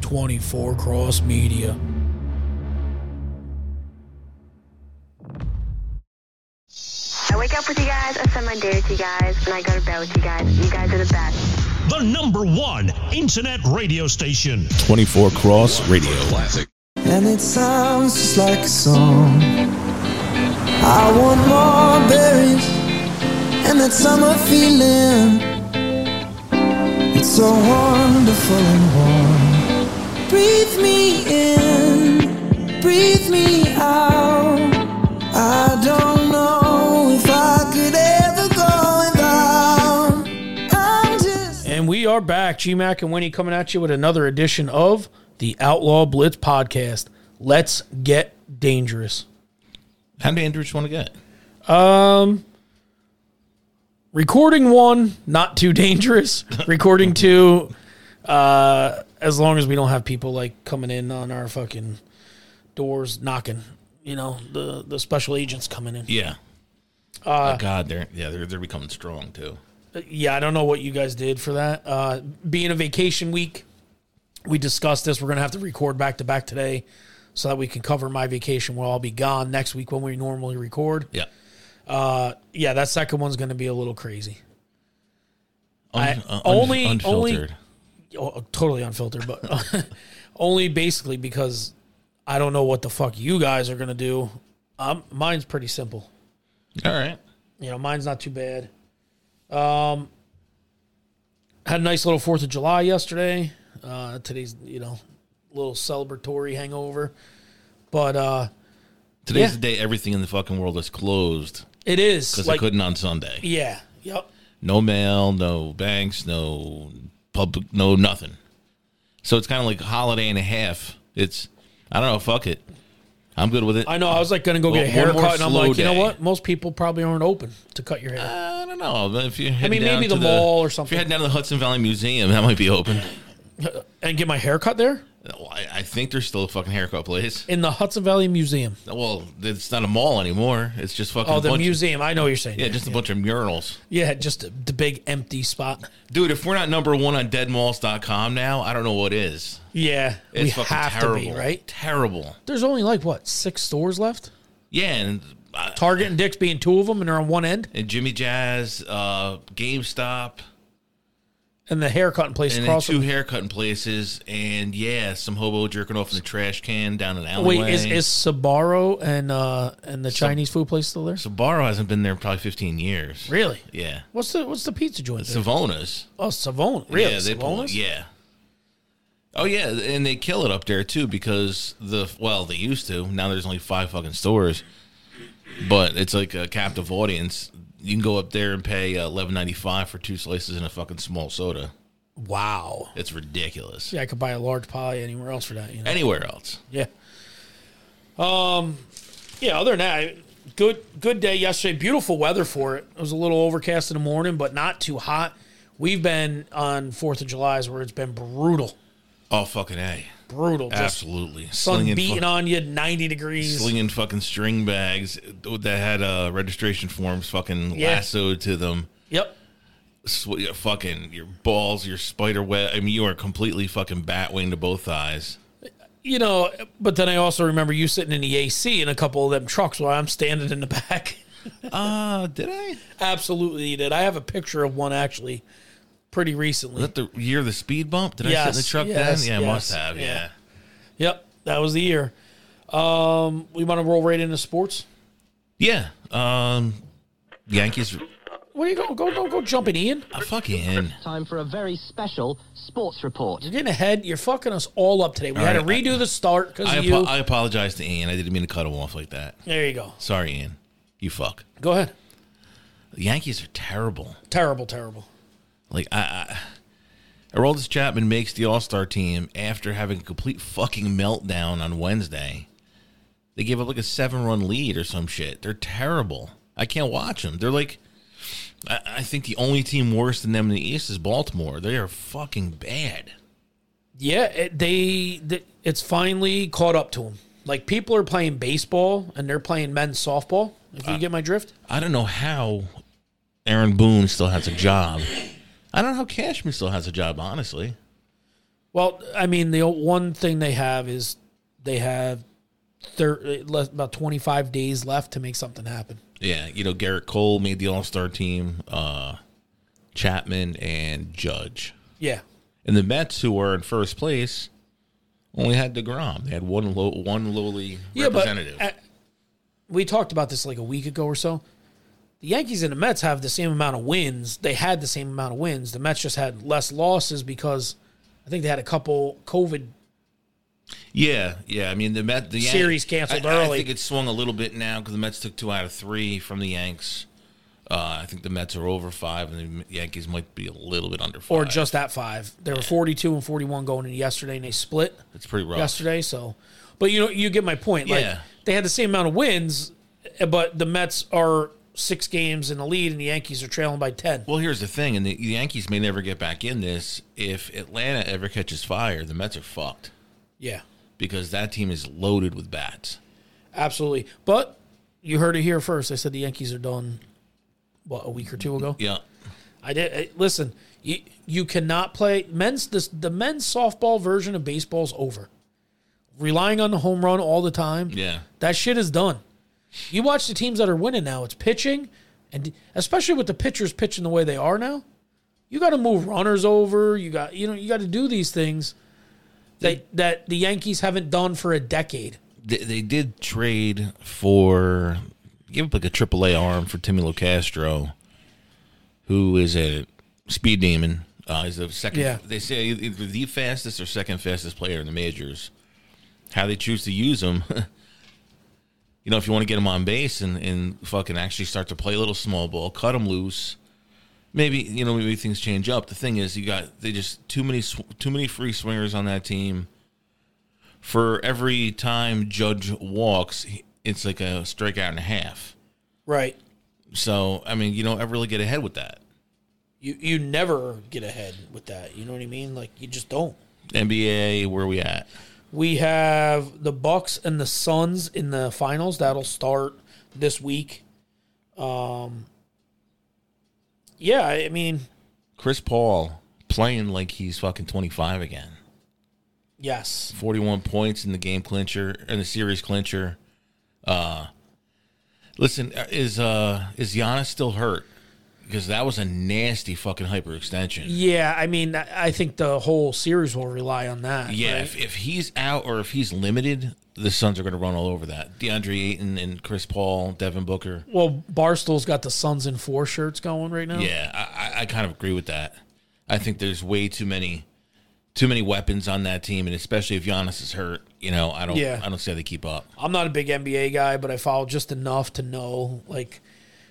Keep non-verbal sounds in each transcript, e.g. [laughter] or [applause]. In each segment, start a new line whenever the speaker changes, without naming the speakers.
24 Cross Media.
I wake up with you guys, I spend my day with you guys, and I go to bed with you guys. You guys are the best.
the number one internet radio station.
24 Cross Radio.
And it sounds just like a song. I want more berries and that summer feeling. It's so wonderful and warm. Breathe me in, breathe me out. I don't know if I could ever go without. I'm just.
And we are back. GMAC and Winnie coming at you with another edition of the Outlaw Blitz podcast. Let's get dangerous.
How many Andrews want to get?
Recording one, not too dangerous. Recording two, uh, as long as we don't have people like coming in on our fucking doors knocking. You know, the, the special agents coming in.
Yeah. Uh, God, they're yeah, they're they're becoming strong too.
yeah, I don't know what you guys did for that. Uh, being a vacation week, we discussed this. We're gonna have to record back to back today, so that we can cover my vacation. We'll all be gone next week when we normally record.
Yeah.
Yeah, that second one's gonna be a little crazy,
Un- uh,
I-
un-
only-
unfiltered.
oh, totally unfiltered, but [laughs] only basically because I don't know what the fuck you guys are gonna do. Um, mine's pretty simple.
All right.
You know, mine's not too bad. Um, had a nice little Fourth of July yesterday. Uh, today's you know little celebratory hangover, but uh,
Today's
Yeah.
the day everything in the fucking world is closed
it is
because
like
I couldn't on Sunday.
yeah, yep,
No mail, no banks, no public, no nothing. So it's kind of like a holiday and a half. It's I don't know. Fuck it. I'm good with it.
I know. I was like gonna go
Well,
get a
one more
haircut, and I'm
slow
like, you know
day.
what? Most people probably aren't open to cut your hair.
I don't know. If you're heading
mean,
down
maybe
to
the mall or something.
If you're heading down to the Hudson Valley Museum, that might be open. [laughs]
and get my hair cut there
Well, I, I think there's still a fucking haircut place.
in the Hudson Valley Museum.
Well, it's not a mall anymore. It's just fucking.
Oh,
a
the
bunch of-
museum. I know what you're saying.
yeah, just a bunch of murals.
yeah, just the- the big empty spot.
Dude, if we're not number one on deadmalls.com now, I don't know what is.
Yeah,
It's
we
fucking
have
terrible.
to be right.
Terrible.
There's only like what six stores left.
Yeah, and, uh,
Target and Dick's being two of them, and they're on one end,
and Jimmy Jazz, uh, GameStop,
and the haircutting place
and then
across.
two
Them.
haircutting places, and yeah, some hobo jerking off in the trash can down an alleyway.
Wait, is, is Sabaro and uh and the Chinese food place still there?
Sabaro hasn't been there in probably 15 years.
Really?
Yeah.
What's the what's the pizza joint? there?
Savona's.
oh, Savone. Really?
Yeah, they pull-
Savona's?
yeah. Oh yeah, and they kill it up there too because the well they used to now there's only five fucking stores, but it's like a captive audience. You can go up there and pay uh, eleven ninety five for two slices and a fucking small soda.
Wow.
It's ridiculous.
Yeah, I could buy a large pie anywhere else for that. You know?
Anywhere else,
Yeah. Um. Yeah. Other than that, good good day yesterday. Beautiful weather for it. It was a little overcast in the morning, but not too hot. We've been on Fourth of July's where it's been brutal,
oh fucking a,
brutal. Just
absolutely
sun
slinging,
beating
fuck-
on you, ninety degrees.
slinging fucking string bags that had uh, registration forms fucking
Yeah.
lassoed to them.
Yep.
sw- your fucking your balls, your spider web. I mean, you are completely fucking bat wing to both thighs.
you know, but then I also remember you sitting in the AC in a couple of them trucks while I'm standing in the back. [laughs]
Uh, did I?
Absolutely you did. I have a picture of one actually pretty recently.
Was that the year of the speed bump? Did I sit in the
Yes,
truck
yes,
then? Yeah, I must
yes,
have.
yeah.
Yeah.
Yep, that was the year. Um, we want to roll right into sports.
yeah, Um, Yankees. uh,
Where you go? Go go go jumping, Ian.
I fucking.
time for a very special sports report.
You're getting ahead. You're fucking us all up today. We had to
right,
redo the start because
I,
of
apo-
you.
I apologize to Ian. I didn't mean to cut him off like that.
there you go.
Sorry, Ian. You fuck.
Go ahead.
The Yankees are terrible.
Terrible, terrible.
Like I. I Aroldis Chapman makes the All Star team after having a complete fucking meltdown on Wednesday. They gave up like a seven run lead or some shit. They're terrible. I can't watch them. They're like, I, I think the only team worse than them in the East is Baltimore. They are fucking bad.
Yeah, it, they, th it's finally caught up to them. Like people are playing baseball and they're playing men's softball. If you get my drift.
I don't know how Aaron Boone still has a job. I don't know how Cashman still has a job, honestly.
Well, I mean, the one thing they have is they have thir- less, about 25 days left to make something happen.
Yeah, you know, Garrett Cole made the All Star team, uh, Chapman and Judge.
Yeah.
And the Mets, who were in first place, only had DeGrom. They had one low, one lowly
Yeah, but
representative.
uh, we talked about this like a week ago or so. The Yankees and the Mets have the same amount of wins. They had the same amount of wins. The Mets just had less losses because I think they had a couple COVID.
yeah, yeah. I mean, the Met, the Yan-
Series canceled
I, I
early.
think it swung a little bit now because the Mets took two out of three from the Yanks. Uh, I think the Mets are over five, and the Yankees might be a little bit under five.
Or just at five. They were 42 and 41 going in yesterday, and they split
it's pretty rough.
yesterday. So, but you know, you get my point. Like,
Yeah.
they had the same amount of wins, eh, but the Mets are six games in the lead, and the Yankees are trailing by 10.
Well, here's the thing, and the the Yankees may never get back in this. If Atlanta ever catches fire, the Mets are fucked
Yeah.
because that team is loaded with bats.
Absolutely. But you heard it here first. I said the Yankees are done, what, a week or two ago?
Yeah,
I did. I, listen, you, you cannot play men's, this, the men's softball version of baseball's over. Relying on the home run all the time.
yeah.
That shit is done. You watch the teams that are winning now, it's pitching, and especially with the pitchers pitching the way they are now, you got to move runners over. You got, you know, you got to do these things that, that the Yankees haven't done for a decade.
they, they did trade for give up like a triple A arm for Timmy Locastro, who is a speed demon. Uh, he's the second.
Yeah.
They say either the fastest or second fastest player in the majors. How they choose to use him, [laughs] you know, if you want to get him on base and, and fucking actually start to play a little small ball, cut him loose. Maybe you know maybe things change up. The thing is, you got they just too many sw- too many free swingers on that team for every time Judge walks, he- it's like a strikeout and a half.
Right.
So I mean, you don't ever really get ahead with that.
you you never get ahead with that. You know what I mean? Like you just don't.
NBA, where we at?
We have the Bucks and the Suns in the finals. That'll start this week. Um Yeah, I mean,
Chris Paul playing like he's fucking twenty five again.
yes.
Forty one points in the game clincher in the series clincher. Uh, listen, is uh is Giannis still hurt? Because that was a nasty fucking hyperextension.
Yeah, I mean, I I think the whole series will rely on that.
Yeah,
right?
if, if he's out or if he's limited, the Suns are going to run all over that. DeAndre Ayton and Chris Paul, Devin Booker.
Well, Barstool's got the Suns in four shirts going right now.
Yeah, I, I- I kind of agree with that. I think there's way too many, too many weapons on that team, and especially if Giannis is hurt, you know, I don't,
Yeah.
I don't see how they keep up.
I'm not a big NBA guy, but I follow just enough to know like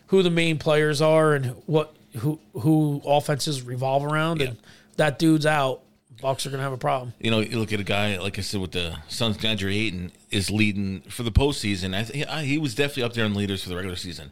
who the main players are and what who who offenses revolve around. And that dude's out, Bucks are gonna have a problem.
You know, you look at a guy like I said with the Suns, DeAndre Ayton is leading for the postseason. I, th- I he was definitely up there in leaders for the regular season,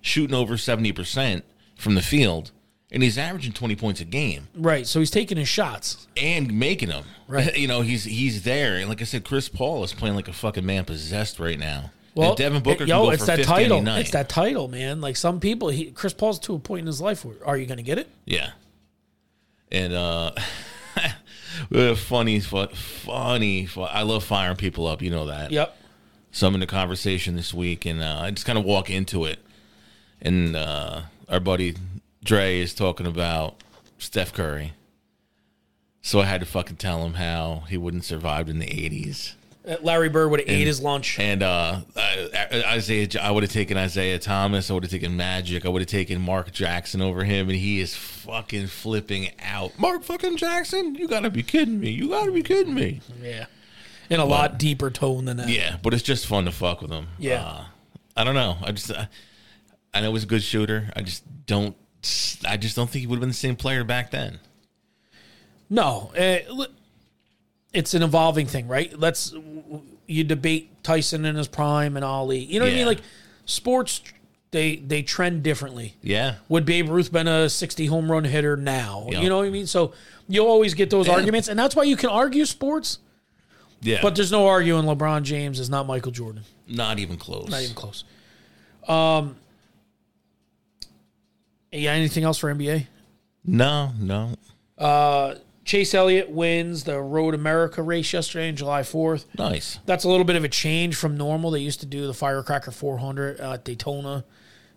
shooting over seventy percent from the field, and he's averaging twenty points a game.
Right. So he's taking his shots.
and making them.
Right.
[laughs] You know, he's he's there. And like I said, Chris Paul is playing like a fucking man possessed right now.
Well,
and Devin Booker
it-
can go for 50 any
title.
night.
It's that title, man. Like some people, he, Chris Paul's to a point in his life where are you going to get it?
Yeah. And uh [laughs] we're funny fu- funny fu- I love firing people up, you know that.
Yep.
So I'm in a conversation this week and uh, I just kind of walk into it and uh our buddy Dre is talking about Steph Curry. So I had to fucking tell him how he wouldn't survived in the 80s.
Uh, Larry Bird would have ate his lunch.
And uh, I- I- Isaiah, I would have taken Isaiah Thomas. I would have taken Magic. I would have taken Mark Jackson over him, and he is fucking flipping out. Mark fucking Jackson, you gotta be kidding me! You gotta be kidding me!
yeah. In a lot deeper tone than that.
Yeah, but it's just fun to fuck with him.
Yeah.
Uh, I don't know. I just, I, I know he's a good shooter. I just don't. I just don't think he would have been the same player back then.
No, eh, l- it's an evolving thing, right? Let's w- w- you debate Tyson in his prime and Ali. You know what I
Yeah.
mean? Like sports, they they trend differently.
Yeah.
Would Babe Ruth been a sixty home run hitter now?
Yeah.
You know what I mean? So you always get those
Yeah.
arguments, and that's why you can argue sports,
Yeah.
but there's no arguing LeBron James is not Michael Jordan.
not even close.
Not even close. Um. Yeah. Anything else for NBA?
No, no.
Chase Elliott wins the Road America race yesterday on July 4th.
Nice.
That's a little bit of a change from normal. They used to do the Firecracker 400 at Daytona.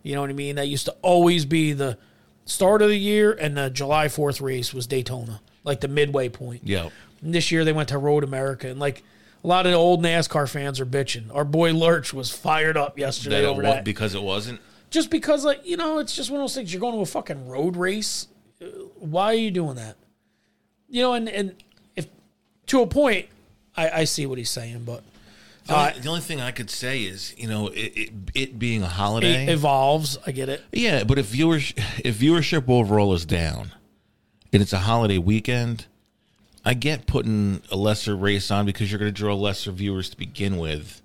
You know what I mean? That used to always be the start of the year, and the July 4th race was Daytona, like the midway point.
Yep.
And this year they went to Road America, and like a lot of the old NASCAR fans are bitching. Our boy Lurch was fired up yesterday
That it
over
wa-
that,
because it wasn't.
just because like you know it's just one of those things. You're going to a fucking road race. Uh, Why are you doing that? You know, and and if to a point, I, I see what he's saying, but
The only,
Uh,
the only thing I could say is, you know, it, it, it being a holiday.
it evolves. I get it.
yeah, but if viewers if viewership overall is down, and it's a holiday weekend, I get putting a lesser race on because you're going to draw lesser viewers to begin with.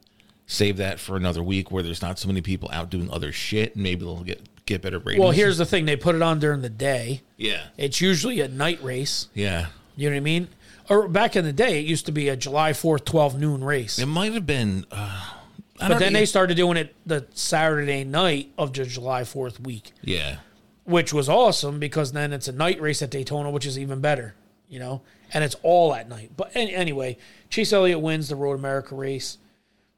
Save that for another week where there's not so many people out doing other shit, and maybe they'll get get better ratings.
Well, here's the thing: they put it on during the day.
yeah,
It's usually a night race.
yeah.
You know what I mean? Or back in the day, it used to be a July Fourth, twelve noon race.
It might have been. Uh, I e-,
But then they started doing it the Saturday night of the July 4th week,
yeah.
which was awesome because then it's a night race at Daytona, which is even better, you know, and it's all at night. But an- anyway, Chase Elliott wins the Road America race.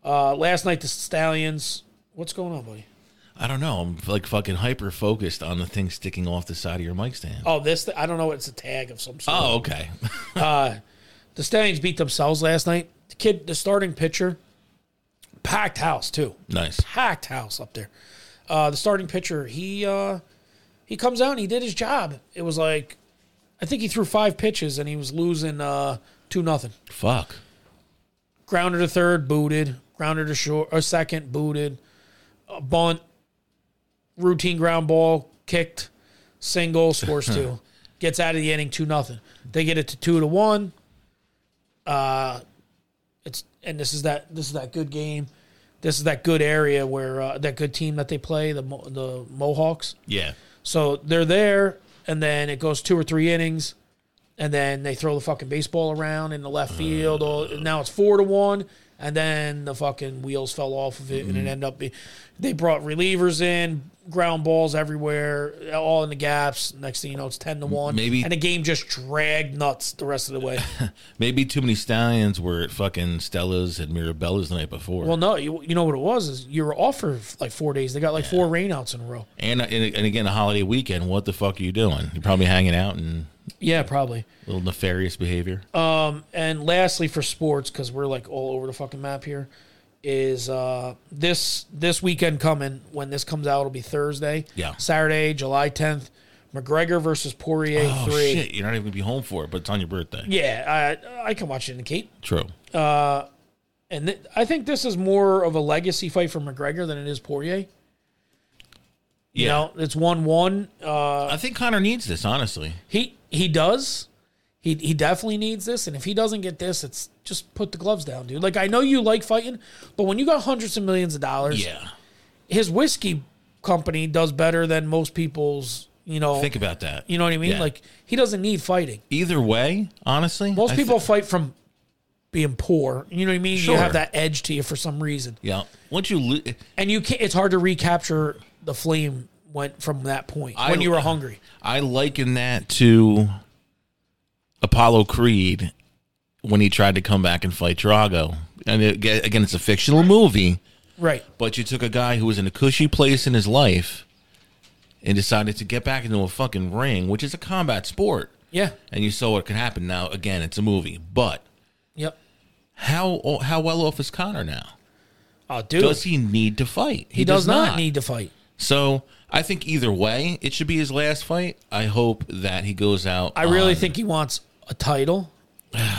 Uh, last night, the Stallions. What's going on, buddy?
I don't know. I'm like fucking hyper focused on the thing sticking off the side of your mic stand. Oh,
Oh, this, I don't know. It's a tag of some sort.
okay. [laughs]
The Stallions beat themselves last night. The kid, the starting pitcher, packed house, too.
nice.
packed house up there. Uh, the starting pitcher, he uh, he comes out and he did his job. It was like I think he threw five pitches and he was losing uh, two nothing.
Fuck.
Grounded to third, booted. Grounded to short or second, booted. A bunt, routine ground ball, kicked, single, scores two. Gets out of the inning two nothing. They get it to two to one. Uh, it's and this is that this is that good game. This is that good area where uh, that good team that they play the Mo- the Mohawks.
Yeah.
So they're there, and then it goes two or three innings, and then they throw the fucking baseball around in the left field. All now it's four to one, and then the fucking wheels fell off of it, and it ended up. Be, they brought relievers in, ground balls everywhere, all in the gaps. Next thing you know, it's ten to one.
Maybe-
and the game just dragged nuts the rest of the [laughs] way.
Maybe too many stallions were at fucking Stella's and Mirabella's the night before.
well, no, you, you know what it was is you were off for like four days. They got like four rainouts in a row.
and, and and again, a holiday weekend. What the fuck are you doing? You're probably hanging out and
Yeah, probably.
little nefarious behavior.
and lastly for sports because we're like all over the fucking map here is uh this this weekend coming when this comes out it'll be thursday
Yeah.
saturday july 10th mcgregor versus poirier
oh
3
shit! You're not even gonna be home for it, but it's on your birthday.
yeah Oh. i i can watch it in the cape
True.
and th- i think this is more of a legacy fight for mcgregor than it is poirier you
Yeah.
know it's 1-1
I think Connor needs this, honestly.
he he does he, he definitely needs this and if he doesn't get this it's just put the gloves down dude like i know you like fighting but when you got hundreds of millions of dollars
Yeah.
his whiskey company does better than most people's, you know.
Think about that.
you know what I mean?
Yeah.
Like he doesn't need fighting.
Either way, honestly,
Most
I thi-
people fight from being poor. You know what I mean?
Sure.
You have that edge to you for some reason.
yeah. Once you lo-
And you can't it's hard to recapture the flame went from that point
I-
when you were hungry.
I liken that to Apollo Creed when he tried to come back and fight Drago. And it, aga- again, it's a fictional movie,
Right.
but you took a guy who was in a cushy place in his life and decided to get back into a fucking ring, which is a combat sport.
Yeah.
And you saw what could happen. Now, again, it's a movie, but
Yep.
how how well off is Connor now?
Oh dude.
Uh, Does he need to fight?
he does, not, need to fight.
So I think either way, it should be his last fight. I hope that he goes out.
I really
on-
think he wants a title. uh,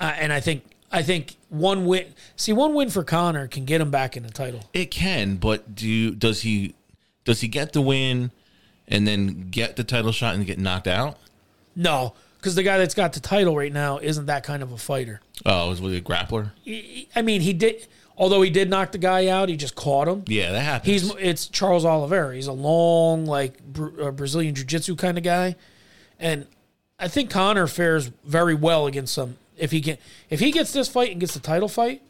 and I think I think one win see one win for Connor can get him back in the title.
It can, but do you, does he does he get the win and then get the title shot and get knocked out?
No, because the guy that's got the title right now isn't that kind of a fighter.
Oh, was with a grappler?
I mean, he did, although he did knock the guy out, he just caught him.
Yeah, that happens.
He's it's Charles Oliveira. He's a long, like Bra- uh, Brazilian jiu-jitsu kind of guy, and I think Connor fares very well against him. If he can, if he gets this fight and gets the title fight,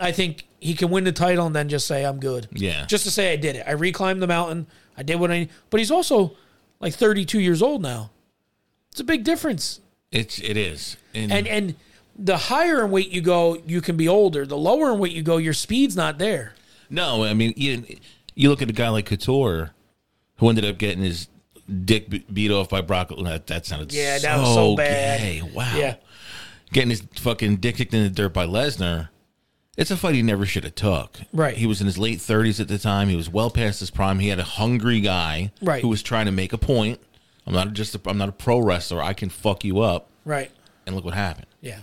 I think he can win the title and then just say I'm good.
Yeah.
just to say I did it. I reclimbed the mountain. I did what I. But he's also like 32 years old now. It's a big difference.
It's it is.
And and the higher in weight you go, you can be older. The lower in weight you go, your speed's not there.
No, I mean, you, you look at a guy like Couture, who ended up getting his dick be- beat off by Brock. That, that sounded
Yeah,
so
that was so bad.
gay. Wow.
Yeah.
Getting his fucking dick kicked in the dirt by Lesnar. It's a fight he never should have took.
Right.
He was in his late 30s at the time. He was well past his prime. He had a hungry guy
Right.
who was trying to make a point. I'm not just a, I'm not a pro wrestler. I can fuck you up.
Right.
And look what happened.
Yeah.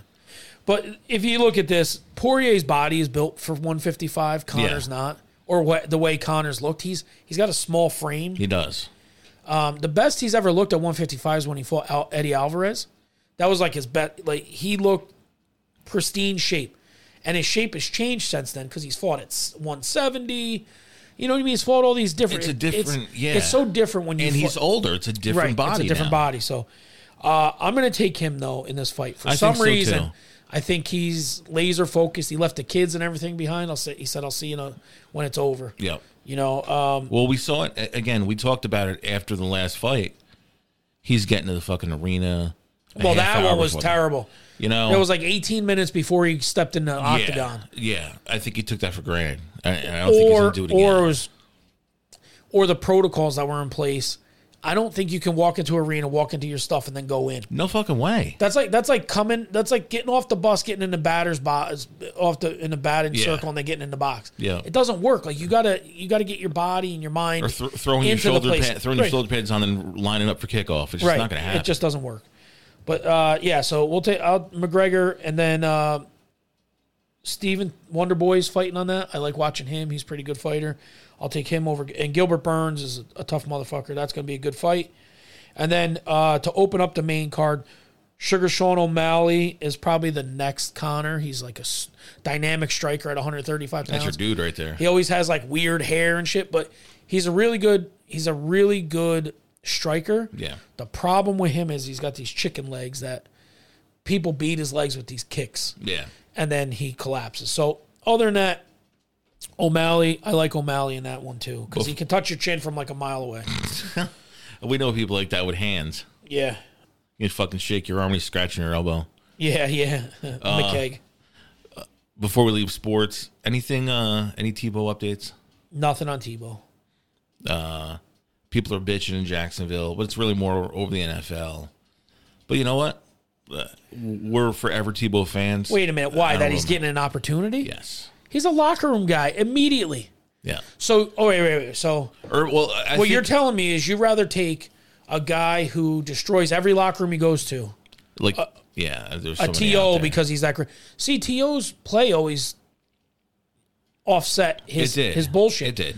But if you look at this, Poirier's body is built for 155. Connor's
Yeah.
not. Or what the way Connor's looked, he's he's got a small frame.
He does.
Um, the best he's ever looked at 155 is when he fought Al- Eddie Alvarez. That was like his bet. Like he looked pristine shape, and his shape has changed since then because he's fought at s- 170. You know what I mean? He's fought all these different.
It's a different- yeah.
It's so different when you.
And
fought-
he's older. It's a different body.
it's a different
now.
body. So uh, I'm going to take him though in this fight for
I
some
think so,
reason.
too.
I think he's laser focused. He left the kids and everything behind. I'll say he said I'll see you know, when it's over.
Yep.
You know, um,
Well, we saw it a- again. We talked about it after the last fight. He's getting to the fucking arena. a
well
half
that
hour
one was
before-
terrible.
You know,
It was like 18 minutes before he stepped in the octagon,
Yeah, I think he took that for granted. I, I don't think he's
or
gonna do it again.
or it was, or the protocols that were in place. I don't think you can walk into an arena, walk into your stuff, and then go in.
no fucking way.
That's like that's like coming. That's like getting off the bus, getting in the batter's box, off the in the batting
Yeah.
circle, and then getting in the box.
Yeah.
it doesn't work. Like you gotta you gotta get your body and your mind
Or thro- throwing your
into the
shoulder
place.
pad, throwing
Right.
your shoulder pads on and lining up for kickoff. It's just
right.
not gonna happen.
It just doesn't work. But uh, yeah, so we'll take out McGregor and then uh, Steven Wonderboy's fighting on that. I like watching him. He's a pretty good fighter. I'll take him over. And Gilbert Burns is a, a tough motherfucker. That's going to be a good fight. And then uh, to open up the main card, Sugar Sean O'Malley is probably the next Connor. He's like a s- dynamic striker at 135 pounds.
That's your dude right there.
He always has like weird hair and shit, but he's a really good he's a really good striker.
Yeah.
The problem with him is he's got these chicken legs that people beat his legs with these kicks
Yeah,
and then he collapses. So other than that, O'Malley, I like O'Malley in that one too cuz he can touch your chin from like a mile away.
we know people like that with hands.
yeah.
You fucking shake your arm, he's scratching your elbow.
Yeah, yeah. [laughs]
Uh.
McKeg.
Before we leave sports, anything? uh Any Tebow updates?
Nothing on Tebow.
people are bitching in Jacksonville, but it's really more over the NFL. But you know what? Uh, We're forever Tebow fans.
Wait a minute, why
I
that
don't
he's
know.
getting an opportunity?
Yes.
He's a locker room guy immediately.
Yeah.
So, oh wait, wait, wait. So
Or well, I
what you're
think,
telling me is you'd rather take a guy who destroys every locker room he goes to,
like yeah, there's so
a
many out
TO
there.
because he's that great. See, TO's play always offset
it
his
did
his bullshit,
It did.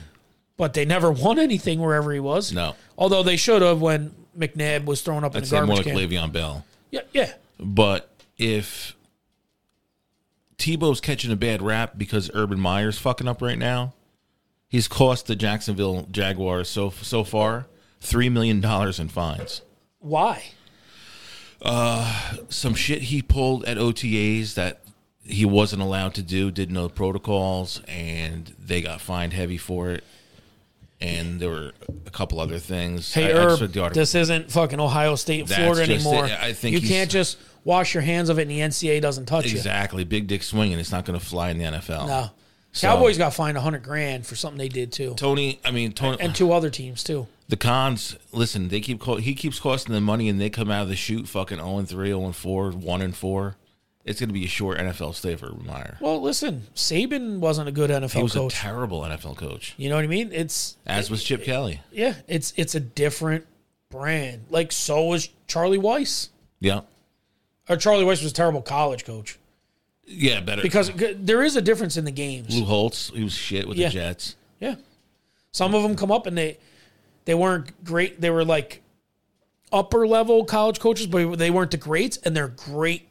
but they never [laughs] won anything wherever he was.
No.
although they should have when McNabb was thrown up
I'd
in the
say more
garbage can.
like Le'Veon Bell.
Yeah, yeah,
But if Tebow's catching a bad rap because Urban Meyer's fucking up right now, he's cost the Jacksonville Jaguars so so far three million dollars in fines.
why?
some shit he pulled at OTAs that he wasn't allowed to do, didn't know the protocols, and they got fined heavy for it. And there were a couple other things.
Hey,
I- I just
Herb,
read the article.
this isn't fucking Ohio State,
That's
Florida
just
anymore.
it. I think
you
he's-
can't just wash your hands of it, and the NCAA doesn't touch you.
exactly. Big dick swinging. It's not going to fly in the NFL.
No.
So,
Cowboys got fined a hundred grand for something they did too,
Tony, I mean, Tony,
and two other teams too.
the cons, listen, they keep, co- he keeps costing them money and they come out of the shoot fucking 0 and 3, 0 and 4, 1 and 4. It's going to be a short NFL stay for Meyer.
Well, listen, Saban wasn't a good NFL
he was
coach.
a terrible NFL coach,
you know what I mean? It's
as was Chip Kelly.
yeah, it's it's a different brand. Like so was Charlie Weiss.
Yeah.
Or Charlie Weiss was a terrible college coach
Yeah, better.
because g- there is a difference in the games.
Lou Holtz, he was shit with
Yeah.
the Jets.
Yeah, some of them come up and they they weren't great. They were like upper level college coaches, but they weren't the greats, and they're great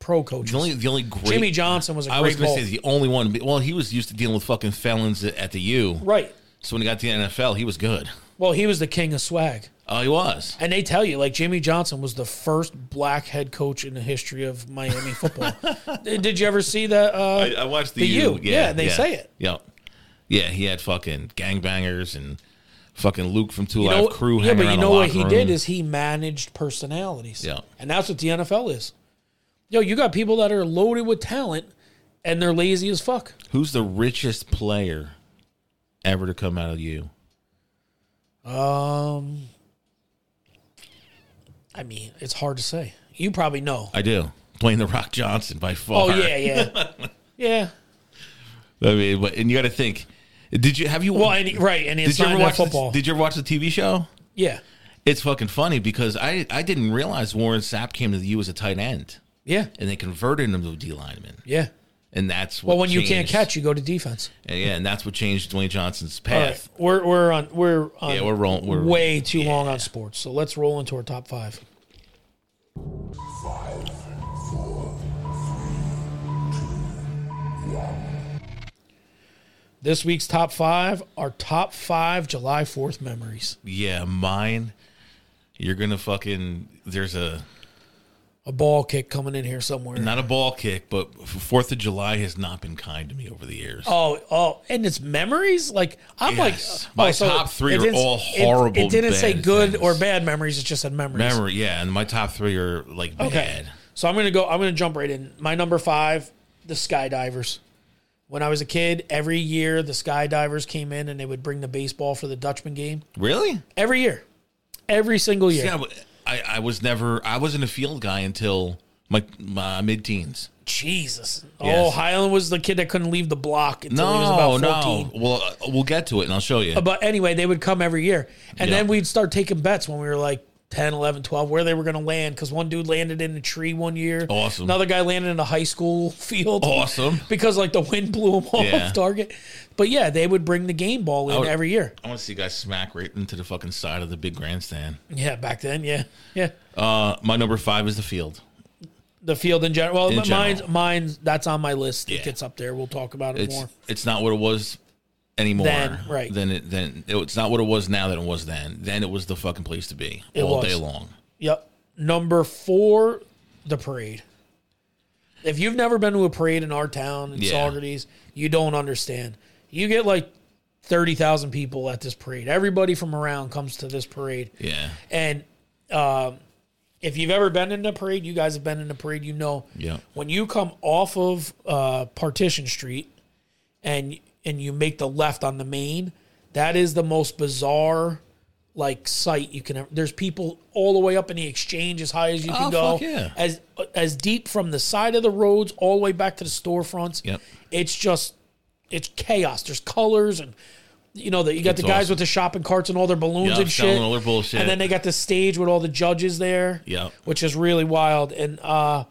pro coaches.
The only, the only great.
Jimmy Johnson was a
I
great
was going
bull.
to say the only one. Well, he was used to dealing with fucking felons at at the U.
right.
So when he got to the NFL, he was good.
Well, he was the king of swag.
Oh, he was.
And they tell you, like Jimmy Johnson was the first black head coach in the history of Miami football. Did did you ever see that? Uh,
I, I watched the,
The
U.
U. Yeah, they say it.
Yep. Yeah, he had fucking gangbangers and fucking Luke from Two
You
Live
know,
Crew.
yeah,
hanging
but
around
you
the
know what
locker
he
room.
did is he managed personalities.
Yeah.
and that's what the NFL is. Yo, you got people that are loaded with talent, and they're lazy as fuck.
who's the richest player ever to come out of you?
Um, I mean, it's hard to say. You probably know.
I do. Dwayne the Rock Johnson by far.
Oh yeah, yeah, yeah.
[laughs] I mean, but, and you got to think. Did you have you?
Well, and, right, and it's
did you
not
ever
that
watch the-
football.
did you ever watch the TV show?
yeah,
It's fucking funny because I I didn't realize Warren Sapp came to the U as a tight end,
yeah,
and they converted him to a D lineman,
yeah.
and that's what
Well, when you can't
changed-
catch, you go to defense.
and, yeah, and that's what changed Dwayne Johnson's
All
path.
right, we're we're on we're on
Yeah, we're rolling- we're-
way too long on sports. So let's roll into our top five. This week's top five are top five July Fourth memories.
Yeah, mine. You're gonna fucking. There's a
A ball kick coming in here somewhere.
not a ball kick, but Fourth of July has not been kind to me over the years.
Oh, oh, and it's memories. Like I'm
Yes.
like
My
oh, so
top three
it
are
didn't-
all
it- It,
horrible,
didn't say
bad
good
things.
or bad memories. It just said memories.
Memory, yeah, and my top three are like bad.
Okay. So I'm gonna go. I'm gonna jump right in. My number five, the skydivers. When I was a kid, every year the skydivers came in and they would bring the baseball for the Dutchman game.
Really?
Every year, every single year.
Yeah, but I, I was never. I wasn't a field guy until my my mid teens.
Jesus. Oh,
Yes.
Highland was the kid that couldn't leave the block until he
No,
was about 14.
no. Well, uh, we'll get to it, and I'll show you.
But anyway, they would come every year. And
Yeah.
then we'd start taking bets when we were like 10, 11, 12, where they were going to land. Because one dude landed in a tree one year.
Awesome.
Another guy landed in a high school [laughs] field.
Awesome.
[laughs] Because like the wind blew him off
Yeah.
target. But yeah, they would bring the game ball in
would-
every year.
I want to see guys smack right into the fucking side of the big grandstand.
Yeah, back then. Yeah. Yeah.
Uh, my number five is the field.
The field in general. Well,
In
m- mine's,
general.
mine's, that's on my list.
Yeah.
It gets up there. We'll talk about it
It's
more.
it's not what it was anymore.
Then, right.
Then it then it- it's not what it was now than it was then. Then it was the fucking place to be
It
all
was.
day long.
Yep. Number four, the parade. If you've never been to a parade in our town, in
Yeah.
Saugerties, you don't understand. You get like 30,000 people at this parade. Everybody from around comes to this parade.
Yeah.
And um, if you've ever been in a parade, you guys have been in a parade, you know.
Yeah.
When you come off of uh, Partition Street and and you make the left on the main, that is the most bizarre like sight you can ever. There's people all the way up in the exchange as high as you can
Oh,
go.
fuck yeah.
As as deep from the side of the roads all the way back to the storefronts.
Yep.
It's just it's chaos. There's colors and you know that you got
It's
the guys
awesome.
with the shopping carts and all their balloons
Yeah,
and
selling
shit.
all their bullshit.
And then they got the stage with all the judges there.
Yeah.
Which is really wild. And uh,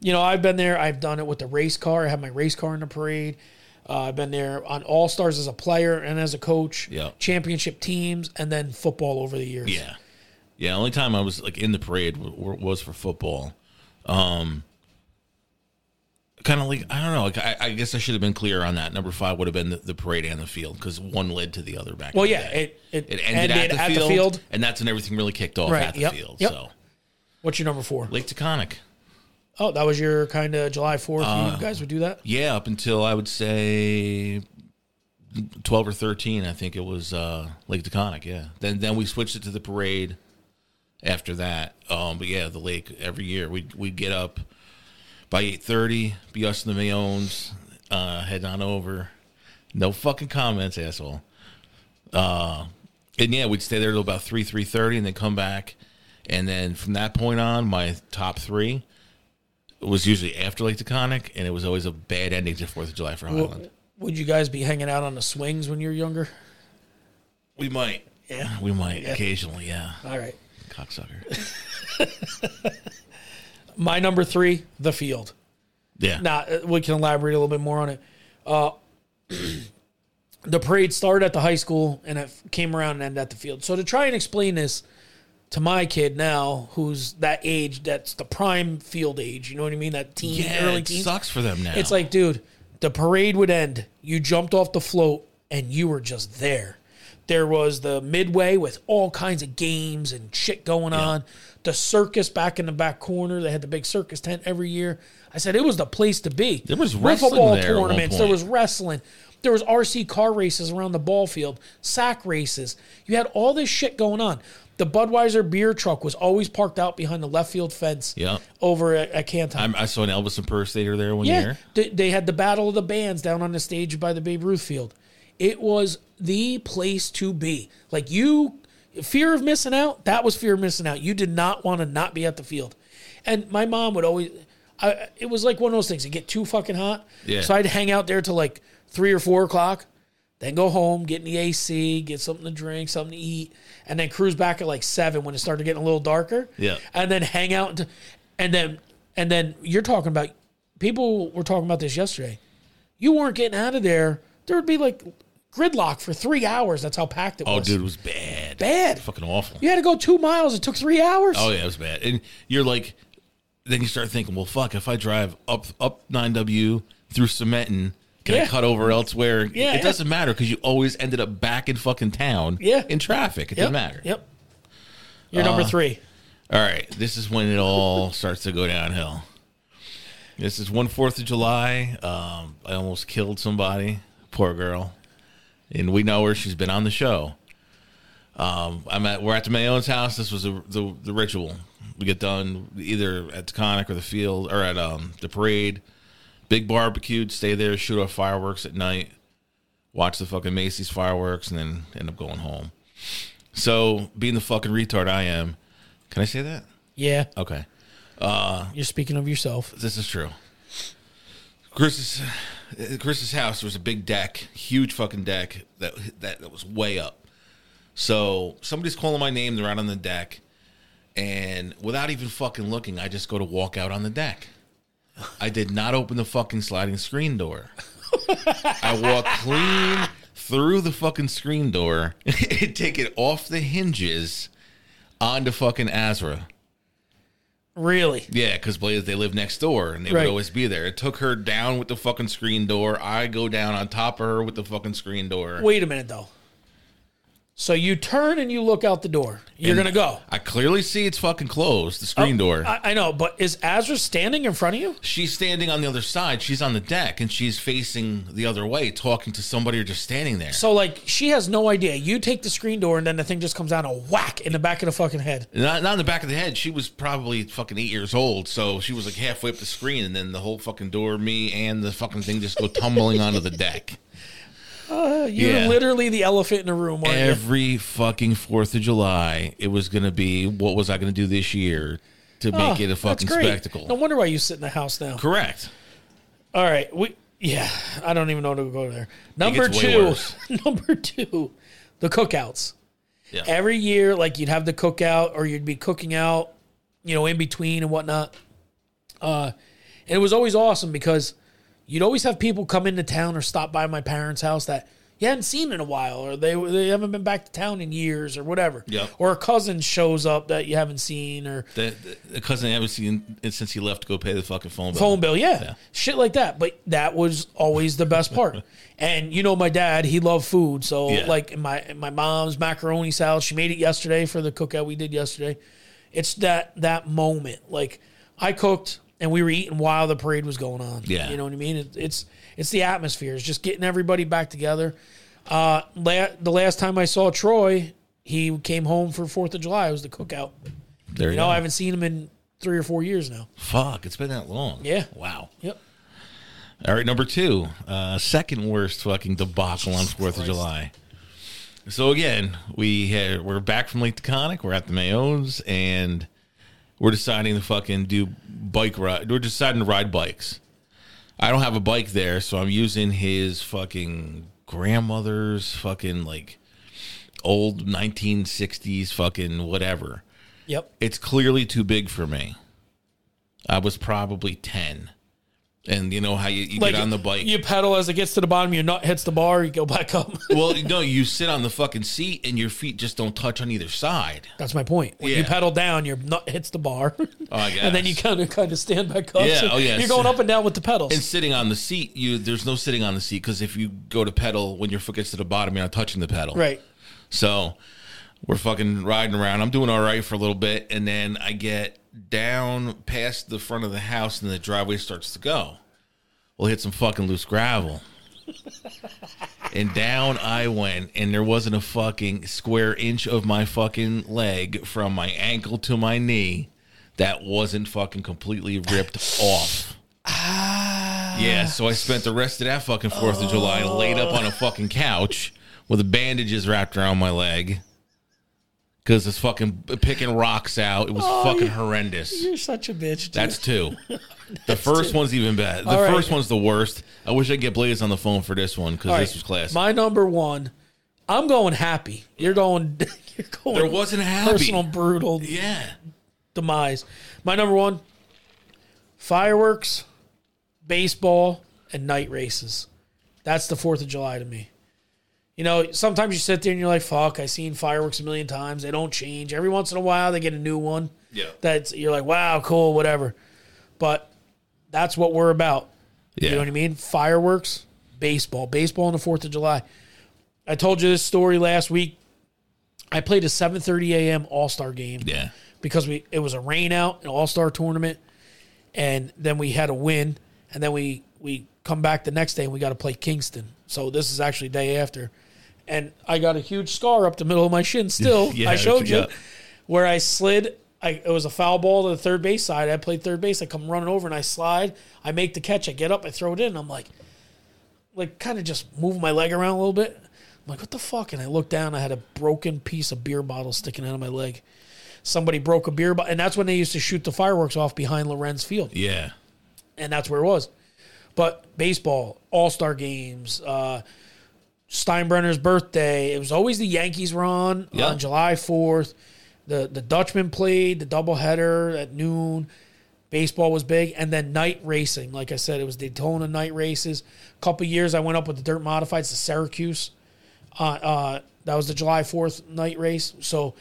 you know, I've been there, I've done it with the race car. I had my race car in the parade. Uh, I've been there on All Stars as a player and as a coach,
Yeah.
championship teams, and then football over the years.
Yeah. Yeah. Only time I was like in the parade w- w- was for football. Um, kind of like I don't know. Like I, I guess I should have been clear on that. Number five would have been the, the parade and the field because one led to the other back.
Well,
in the
yeah,
day.
it- it
ended, at, the, field,
field.
and that's when everything really kicked off
Right,
at the
yep,
field.
yep.
So
What's your number four?
Lake Taconic.
Oh, that was your kind of July 4th.
Uh,
you guys would do that?
Yeah, up until I would say twelve or thirteen, I think it was uh, Lake Taconic. Yeah, then then we switched it to the parade after that. Um, but yeah, the lake every year we we get up by eight thirty, be us and the Mayones, uh, head on over. No fucking comments, asshole. Uh, and yeah, we'd stay there till about three three thirty, and then come back. And then from that point on, my top three was usually after Lake Taconic, and it was always a bad ending to Fourth of July for Highland.
Would you guys be hanging out on the swings when you were younger?
We might. Yeah. We might occasionally, yeah.
All right.
Cocksucker.
My number three, the field.
Yeah.
Now uh, we can elaborate a little bit more on it. Uh, [clears throat] the parade started at the high school and it f- came around and ended at the field. So to try and explain this to my kid now, who's that age, that's the prime field age. You know what I mean? That teen,
yeah,
early
it
teens.
sucks for them now.
It's like, dude, the parade would end. You jumped off the float and you were just there. There was the midway with all kinds of games and shit going on. The circus back in the back corner. They had the big circus tent every year. I said it was the place to be.
There was
Wiffle
wrestling
ball
there at one
tournaments. There
point.
was wrestling. There was RC car races around the ball field, sack races. You had all this shit going on. The Budweiser beer truck was always parked out behind the left field fence
Yep.
over at, at Canton.
I'm, I saw an Elvis impersonator there one
Yeah,
year.
they, they had the Battle of the Bands down on the stage by the Babe Ruth Field. It was the place to be. Like you, fear of missing out. That was fear of missing out. You did not want to not be at the field. And my mom would always. I, it was like one of those things. It get too fucking hot.
Yeah.
So I'd hang out there till like three or four o'clock, then go home, get in the AC, get something to drink, something to eat, and then cruise back at like seven when it started getting a little darker
Yeah.
and then hang out and, and then and then you're talking about people were talking about this yesterday you weren't getting out of there there would be like gridlock for three hours that's how packed it
Oh,
was
dude, it was bad.
bad
Fucking awful.
you had to go two miles it took three hours
Oh yeah, it was bad. And you're like, then you start thinking, well, fuck, if I drive up up nine W through Cementon, can I
Yeah.
cut over elsewhere?
Yeah,
it
yeah.
doesn't matter because you always ended up back in fucking town.
Yeah.
in traffic, it
yep.
didn't matter. Uh,
yep you're number three
All right, this is when it all starts to go downhill. This is one Fourth of July. Um, I almost killed somebody, poor girl, and we know her. She's been on the show. Um, I'm at we're at the Mayone's house. This was the, the the ritual. We get done either at the Conic or the field or at um, the parade. Big barbecue. Stay there. Shoot off fireworks at night. Watch the fucking Macy's fireworks, and then end up going home. So being the fucking retard I am, can I say that?
yeah
Okay.
you're speaking of yourself
This is true. Chris's uh, Chris's house was a big deck, huge fucking deck that that, that was way up. So somebody's calling my name. They're out on the deck, and without even fucking looking, I just go to walk out on the deck. I did not open the fucking sliding screen door. I walked clean through the fucking screen door, [laughs] take it off the hinges, onto fucking Azra.
really
Yeah, because Blaze they live next door and they
Right.
would always be there. It took her down with the fucking screen door. I go down on top of her with the fucking screen door.
wait a minute though so you turn and you look out the door you're
And
gonna go Oh,
I clearly see it's fucking closed, the screen door.
I, I know but is azra standing in front of you
she's standing on the other side. She's on the deck and she's facing the other way, talking to somebody or just standing there.
So like she has no idea. You take the screen door and then the thing just comes out and whack in the back of the fucking head.
not, not in the back of the head. She was probably fucking eight years old, so she was like halfway up the screen, and then the whole fucking door, me and the fucking thing, just go tumbling onto the deck.
You're
Yeah.
literally the elephant in the room. Aren't you?
every fucking Fourth of July, it was gonna be what was I gonna do this year to
Oh,
make it a
that's
fucking
great.
spectacle?
No wonder why you sit in the house now.
Correct.
All right, we yeah. I don't even know to go there. Number
gets way
two,
worse.
[laughs] number two, the cookouts.
Yeah.
Every year, like you'd have the cookout or you'd be cooking out, you know, in between and whatnot. Uh, and it was always awesome because you'd always have people come into town or stop by my parents' house that you hadn't seen in a while or they they haven't been back to town in years or whatever.
Yep.
Or a cousin shows up that you haven't seen or
The, the, the cousin I haven't seen it since he left to go pay the fucking phone bill.
phone bill yeah. shit like that but that was always the best
[laughs]
part and you know my dad he loved food so
Yeah.
like my my mom's macaroni salad she made it yesterday for the cookout we did yesterday it's that that moment like i cooked and we were eating while the parade was going on
Yeah.
you know what i mean it, it's it's the atmosphere it's just getting everybody back together uh la- the last time i saw troy he came home for fourth of july it was the cookout
There you,
you
go.
know i haven't seen him in three or four years now
Fuck, it's been that long.
Yeah.
Wow.
yep
All right, number two, uh, second worst fucking debacle on Fourth of July. So again, we had, we're back from Lake Taconic. We're at the Mayones, and we're deciding to fucking do bike ride. We're deciding to ride bikes. I don't have a bike there, so I'm using his fucking grandmother's fucking like old 1960s fucking whatever.
yep
It's clearly too big for me. I was probably ten, and you know how you, you get on the bike.
You pedal as it gets to the bottom, your nut hits the bar, you go back up. [laughs]
well, no, you sit on the fucking seat and your feet just don't touch on either side.
That's my point. When you
Yeah.
pedal down, your nut hits the bar. [laughs]
Oh, I guess.
And then you kind of kind of stand back up.
Yeah, oh, yeah.
You're going up and down with the pedals.
and sitting on the seat, you there's no sitting on the seat because if you go to pedal when your foot gets to the bottom, you're not touching the pedal.
right.
So we're fucking riding around. I'm doing all right for a little bit, and then I get down past the front of the house, and the driveway starts to go. Well, hit some fucking loose gravel. and down I went, and there wasn't a fucking square inch of my fucking leg from my ankle to my knee that wasn't fucking completely ripped off. Yeah,
Ah.
so I spent the rest of that fucking 4th of July laid up on a fucking couch with bandages wrapped around my leg because it's fucking picking rocks out. It was fucking
yeah.
horrendous.
You're such a bitch. Dude.
That's two.
[laughs]
the first one's even bad. The
All right.
first one's the worst. I wish I could get Blaze on the phone for this one because
All
this
right,
was classic.
My number one. I'm going happy. You're going. [laughs] You're going.
There wasn't happy.
Personal brutal
yeah.
demise. My number one. Fireworks, baseball, and night races. That's the Fourth of July to me. You know, sometimes you sit there and you're like, "Fuck, I've seen fireworks a million times. They don't change. Every once in a while, they get a new one."
Yeah.
That's you're like, "Wow, cool, whatever," but that's what we're about.
Yeah.
You know what I mean? Fireworks, baseball, baseball on the Fourth of July. I told you this story last week. I played a 7:30 a.m. All Star game
Yeah.
because we it was a rain out, an All Star tournament, and then we had a win, and then we we come back the next day and we got to play Kingston. So this is actually day after, and I got a huge scar up the middle of my
[laughs]
shin. Still,
Yeah,
I showed you
yeah.
where I slid. I, it was a foul ball to the third base side. I played third base. I come running over and I slide. I make the catch. I get up. I throw it in. I'm like, like kind of just moving my leg around a little bit. I'm like, what the fuck? And I looked down. I had a broken piece of beer bottle sticking out of my leg. Somebody broke a beer bottle, and that's when they used to shoot the fireworks off behind Lorenz Field
Yeah.
and that's where it was. But baseball, All Star games, uh, Steinbrenner's birthday. It was always the Yankees were on
Yeah.
on July fourth. The the Dutchman played the doubleheader at noon. Baseball was big, and then night racing. Like I said, it was Daytona night races. A couple years, I went up with the dirt modifieds to Syracuse. Uh, uh, that was the July Fourth night race. So,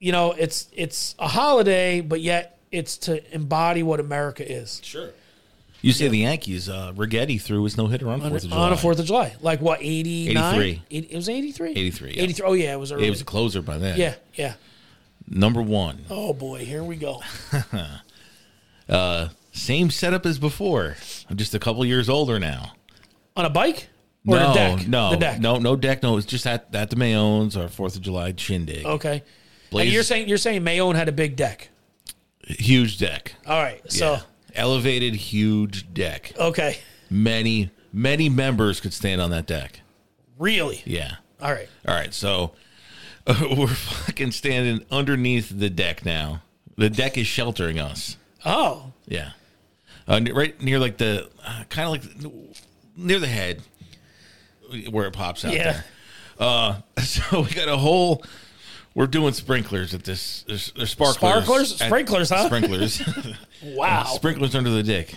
you know, it's it's a holiday, but yet it's to embody what America is.
You say the Yankees, uh, Rigetti threw his no hitter on
on,
Fourth of
on
July.
the Fourth of July. Like what? Eighty nine.
83.
It was eighty three.
83, yeah.
Eighty three. Oh yeah, it was early.
It was a closer by then.
yeah, yeah.
Number one.
Oh boy, here we go.
Same setup as before. I'm just a couple years older now.
On a bike or
no,
a deck?
no,
the deck.
no, no deck. No, it's just at at the Mayones or Fourth of July shindig.
Okay.
Blaze-
Oh, And you're saying you're saying Mayon had a big deck.
Huge deck.
All right. So
Elevated, huge deck.
okay,
Many, many members could stand on that deck.
really?
Yeah.
All right.
All right, so [laughs] we're fucking standing underneath the deck now. The deck is sheltering us.
Oh,
Yeah, uh, n- right near like the uh, kind of like the- near the head where it pops out.
Yeah.
There. Uh, [laughs] so we got a whole. We're doing sprinklers at this. There's, there's sparklers.
Sparklers?
at-
Sprinklers, huh?
Sprinklers.
[laughs] wow.
sprinklers under the dick.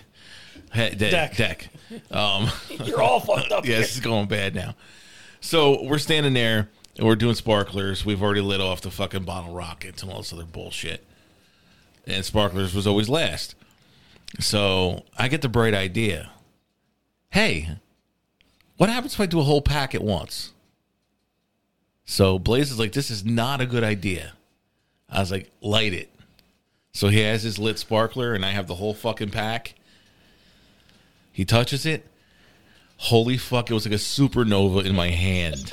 He- de-
Deck.
Deck. Um,
you're all fucked up.
[laughs] yeah, this is going bad now. So we're standing there and we're doing sparklers. We've already lit off the fucking bottle rockets and all this other bullshit. And sparklers was always last. So I get the bright idea. Hey, what happens if I do a whole pack at once? So Blaze is like, this is not a good idea. I was like, light it. So he has his lit sparkler, and I have the whole fucking pack. He touches it. Holy fuck, it was like a supernova in my hand.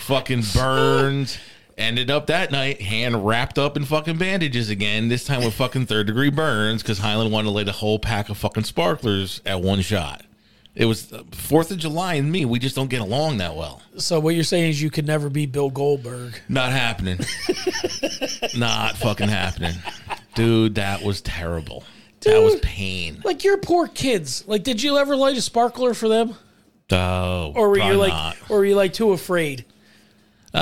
fucking burned. Ended up that night, hand wrapped up in fucking bandages again, this time with fucking third degree burns because Highland wanted to light a whole pack of fucking sparklers at one shot. It was uh, 4th of July and me, we just don't get along that well.
So what you're saying is you could never be Bill Goldberg.
Not
[laughs]
happening. Not fucking happening. Dude, that was terrible. That was
Dude.
pain.
Like your poor kids. Like, did you ever light a sparkler for them,
Oh,
or were you
probably
like,
not.
or were you like too afraid? [laughs]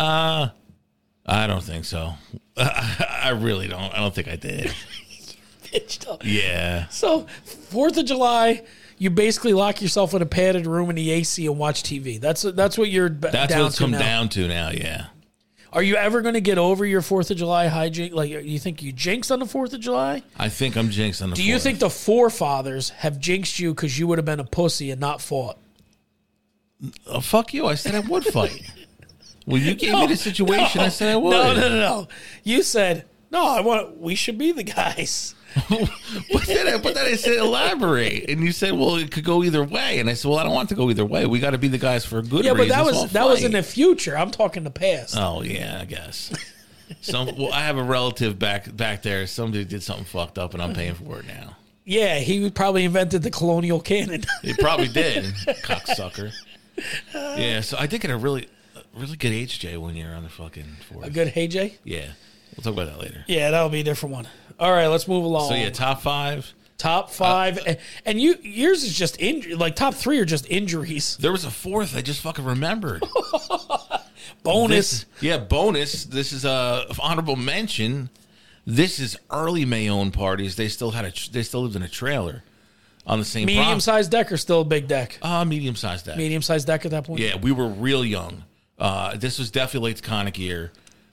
I don't think so. [laughs] I really don't. I don't think I did.
Bitched up.
Yeah.
So Fourth of July, you basically lock yourself in a padded room in the AC and watch TV. That's that's what you're b-
That's
down
what it's
to
come
now.
down to now. Yeah.
Are you ever going to get over your Fourth of July hijink? Like you think you jinxed on the Fourth of July?
I think I'm jinxed on the
Do you
fourth.
think the forefathers have jinxed you because you would have been a pussy and not fought?
Oh, fuck you. I said I would fight. well, you gave me the situation. I said I would.
No, no, no, no. You said no. I want. We should be the guys.
[laughs] but then, I, but then I said elaborate, and you said, "Well, it could go either way." And I said, "Well, I don't want it to go either way. We got to be the guys for a good."
Yeah, but that
Let's
was
all
that was
fight."
in the future. I'm talking the past.
Oh yeah, I guess. Some well, I have a relative back back there. Somebody did something fucked up, and I'm paying for it now.
yeah, he probably invented the colonial cannon. [laughs]
They probably did, cocksucker. Yeah, so I did get a really, a really good HJ one year on the fucking
a
fourth.
good hey Jay.
yeah, we'll talk about that later.
Yeah, that'll be a different one. All right, let's move along.
So yeah, uh, top five.
top five, and, and you yours is just injury. Like top three are just injuries.
There was a fourth I just fucking remembered.
[laughs] Bonus.
This, yeah, bonus. This is a honorable mention. This is early Mayon parties. They still had a. tr- They still lived in a trailer, on the same
Medium
prop-
sized deck or still a big deck?
Uh, medium sized deck.
Medium sized deck at that point.
Yeah, we were real young. Uh, this was definitely late Conic year.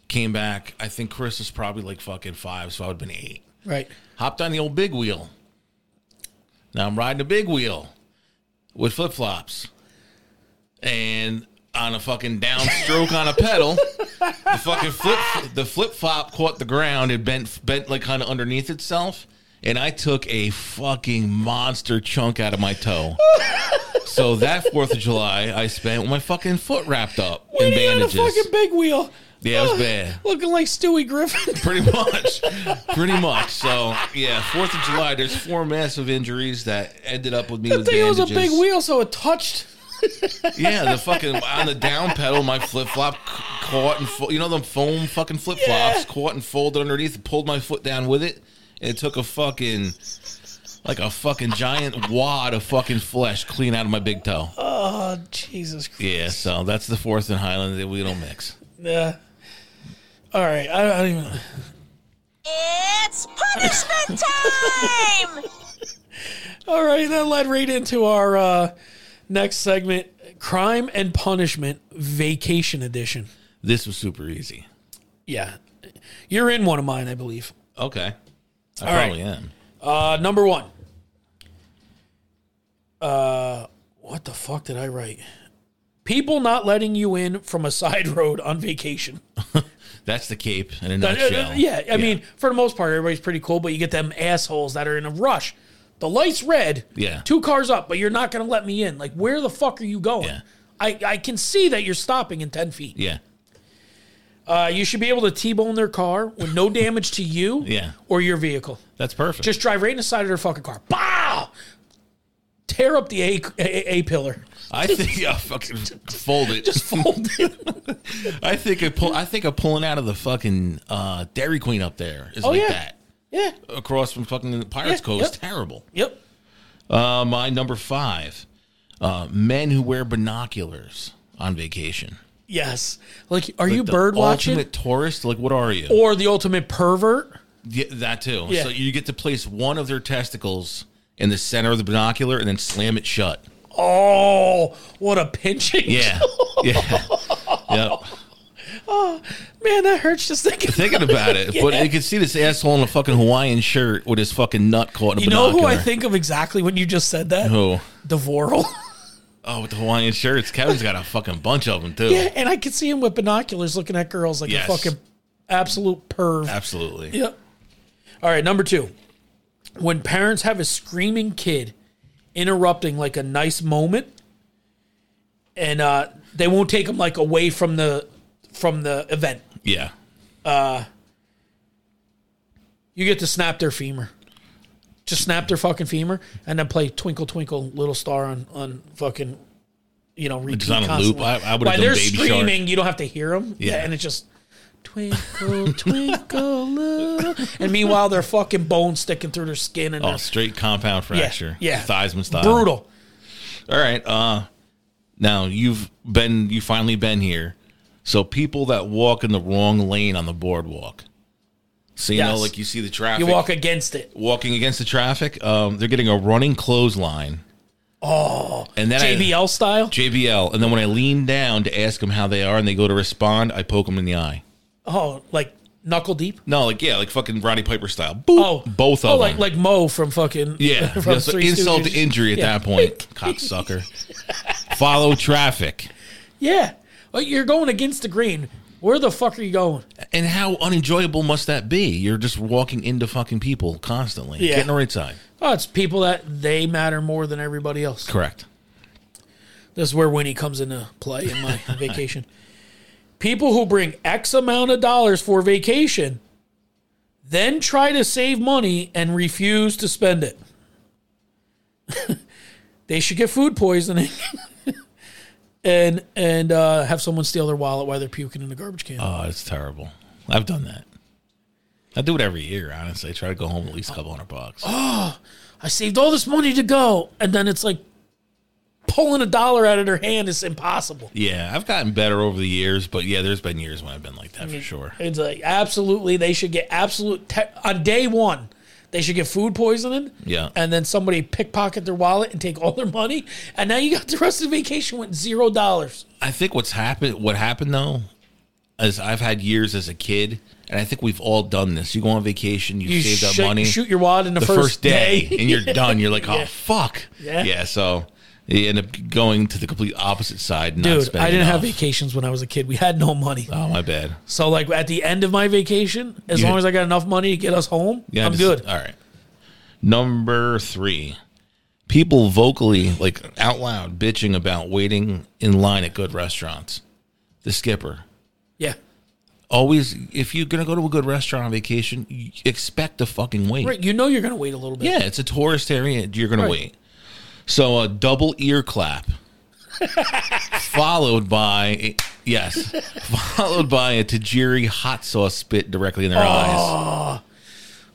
Came back. I think Chris was probably like fucking five, so I would have been eight.
Right.
Hopped on the old big wheel. Now I'm riding a big wheel with flip flops. And on a fucking downstroke on a pedal, the fucking flip the flip flop caught the ground and bent bent like kind of underneath itself. And I took a fucking monster chunk out of my toe. so that Fourth of July, I spent with my fucking foot wrapped up in
Wait, you had a
bandages.
fucking big wheel.
yeah, it was bad
Looking like Stewie [laughs] Griffin.
pretty much pretty much so yeah fourth of july there's four massive injuries that ended up with me
I
with
think it was a big
bandages.
wheel, so it touched.
yeah the fucking on the down pedal my flip-flop c- caught and fo- you know them foam fucking flip-flops
Yeah.
caught and folded underneath and pulled my foot down with it and it took a fucking like a fucking giant wad of fucking flesh clean out of my big toe
Oh, Jesus Christ.
yeah so that's the fourth in highland that we don't mix
Yeah. All right. I don't, I don't even.
It's punishment time!
All right. That led right into our uh, next segment Crime and Punishment Vacation Edition.
this was super easy
Yeah. You're in one of mine, I believe.
okay i
right.
probably am
Uh, number one. Uh, what the fuck did I write? People not letting you in from a [laughs] side road on vacation.
that's the cape in a
Uh,
nutshell.
uh, yeah, I mean, for the most part, everybody's pretty cool, but you get them assholes that are in a rush. The light's red.
Yeah.
Two cars up, but you're not going to let me in. Like, where the fuck are you going?
Yeah.
I, I can see that you're stopping in 10 feet.
Yeah.
Uh, you should be able to T bone their car with no damage to you
[laughs] Yeah.
or your vehicle.
That's perfect.
Just drive right in the side of their fucking car. Bow! Tear up the A, A, A pillar.
I think yeah, fucking fold it. [laughs]
Just fold it.
I think I pull. I think I'm pulling out of the fucking uh, Dairy Queen up there is like
Oh, yeah.
that
yeah.
across from fucking the Pirates
Yeah,
Coast.
yep.
Terrible.
Yep.
Uh, my number five: uh, men who wear binoculars on vacation.
Yes. Like, are
Like
you
the
bird watching?
Ultimate tourist. Like what are you?
or the ultimate pervert?
yeah, that too.
Yeah.
So you get to place one of their testicles in the center of the binocular and then slam it shut.
Oh, what a pinching. [laughs]
Yeah. yeah. Yep.
Man, that hurts just thinking.
thinking
[laughs]
about it, but you could see this asshole in a fucking Hawaiian shirt with his fucking nut caught in a
You know who I
binocular.
think of exactly when you just said that?
Who?
Devoril.
Oh, with the Hawaiian shirts. Kevin's got a fucking bunch of them too.
yeah, [laughs] and I could see him with binoculars looking at girls like
Yes.
a fucking absolute perv.
Absolutely.
Yep. All right, number two. When parents have a screaming kid interrupting like a nice moment, and uh, they won't take them like away from the from the event,
Yeah.
you get to snap their femur. Just snap their fucking femur, and then play "Twinkle Twinkle Little Star" on on fucking, you know, repeat
Just on a
constantly.
loop. I- I would've
While
done
they're
Baby Shark.
screaming, you don't have to hear them. Yeah,
Yeah.
and it's just twinkle, [laughs] twinkle, little. And meanwhile, their fucking bones sticking through their skin and
Oh,
their
straight compound fracture.
Yeah, yeah.
Theismann style.
brutal.
All right. Uh, now you've been you finally been here. So people that walk in the wrong lane on the boardwalk. So you know,
Yes.
like you see the traffic
You walk against it.
walking against the traffic. Um, they're getting a running clothesline. Oh, and then I-
JBL style.
JBL. And then when I lean down to ask them how they are and they go to respond, I poke them in the eye.
Oh, like knuckle deep.
No, like, yeah, like fucking Roddy Piper style. Boop.
Oh,
Both of
oh,
them.
like like Mo from fucking [laughs]
yeah.
from
yeah, so
Three
insult to
Stooges.
injury at
Yeah.
that point.
[laughs]
Cocksucker. Follow traffic.
Yeah. Well, you're going against the grain. Where the fuck are you going?
And how unenjoyable must that be? You're just walking into fucking people constantly.
Yeah.
Getting the right side.
Oh, it's people that they matter more than everybody else.
Correct.
This is where Winnie comes into play in my vacation. People who bring X amount of dollars for vacation then try to save money and refuse to spend it. [laughs] they should get food poisoning [laughs] and and uh, have someone steal their wallet while they're puking in the garbage can.
Oh, it's terrible. I've done that. I do it every year, honestly. I try to go home at least a couple
[gasps]
hundred bucks.
I saved all this money to go, and then it's like pulling a dollar out of their hand is impossible.
Yeah, I've gotten better over the years, but yeah, there's been years when I've been like that for sure.
It's like absolutely they should get absolute te- on day one. They should get food poisoning.
Yeah.
and then somebody pickpocket their wallet and take all their money, and now you got the rest of the vacation with zero dollars.
I think what's happened what happened though is I've had years as a kid and I think we've all done this. You go on vacation, you,
You
save
shoot-
that money
shoot your wallet in the,
the first, day, [laughs]
[laughs]
and you're done. You're like, oh fuck.
Yeah.
so you end up going to the complete opposite side, not
Dude,
spending
I didn't have
enough.
vacations when I was a kid. We had no money.
Oh my bad.
So like at the end of my vacation, as
You-
long as I got enough money to get us home,
Yeah,
I'm
just-
good.
All right. Number three. People vocally, like out loud, bitching about waiting in line at good restaurants. The skipper.
yeah.
Always, if you're going to go to a good restaurant on vacation, you expect to fucking wait.
Right, you know you're gonna wait a little bit.
Yeah, it's a tourist area. You're going
Right.
to wait. So a double
[laughs]
ear clap, followed by yes, followed by a tajiri hot sauce spit directly in their eyes.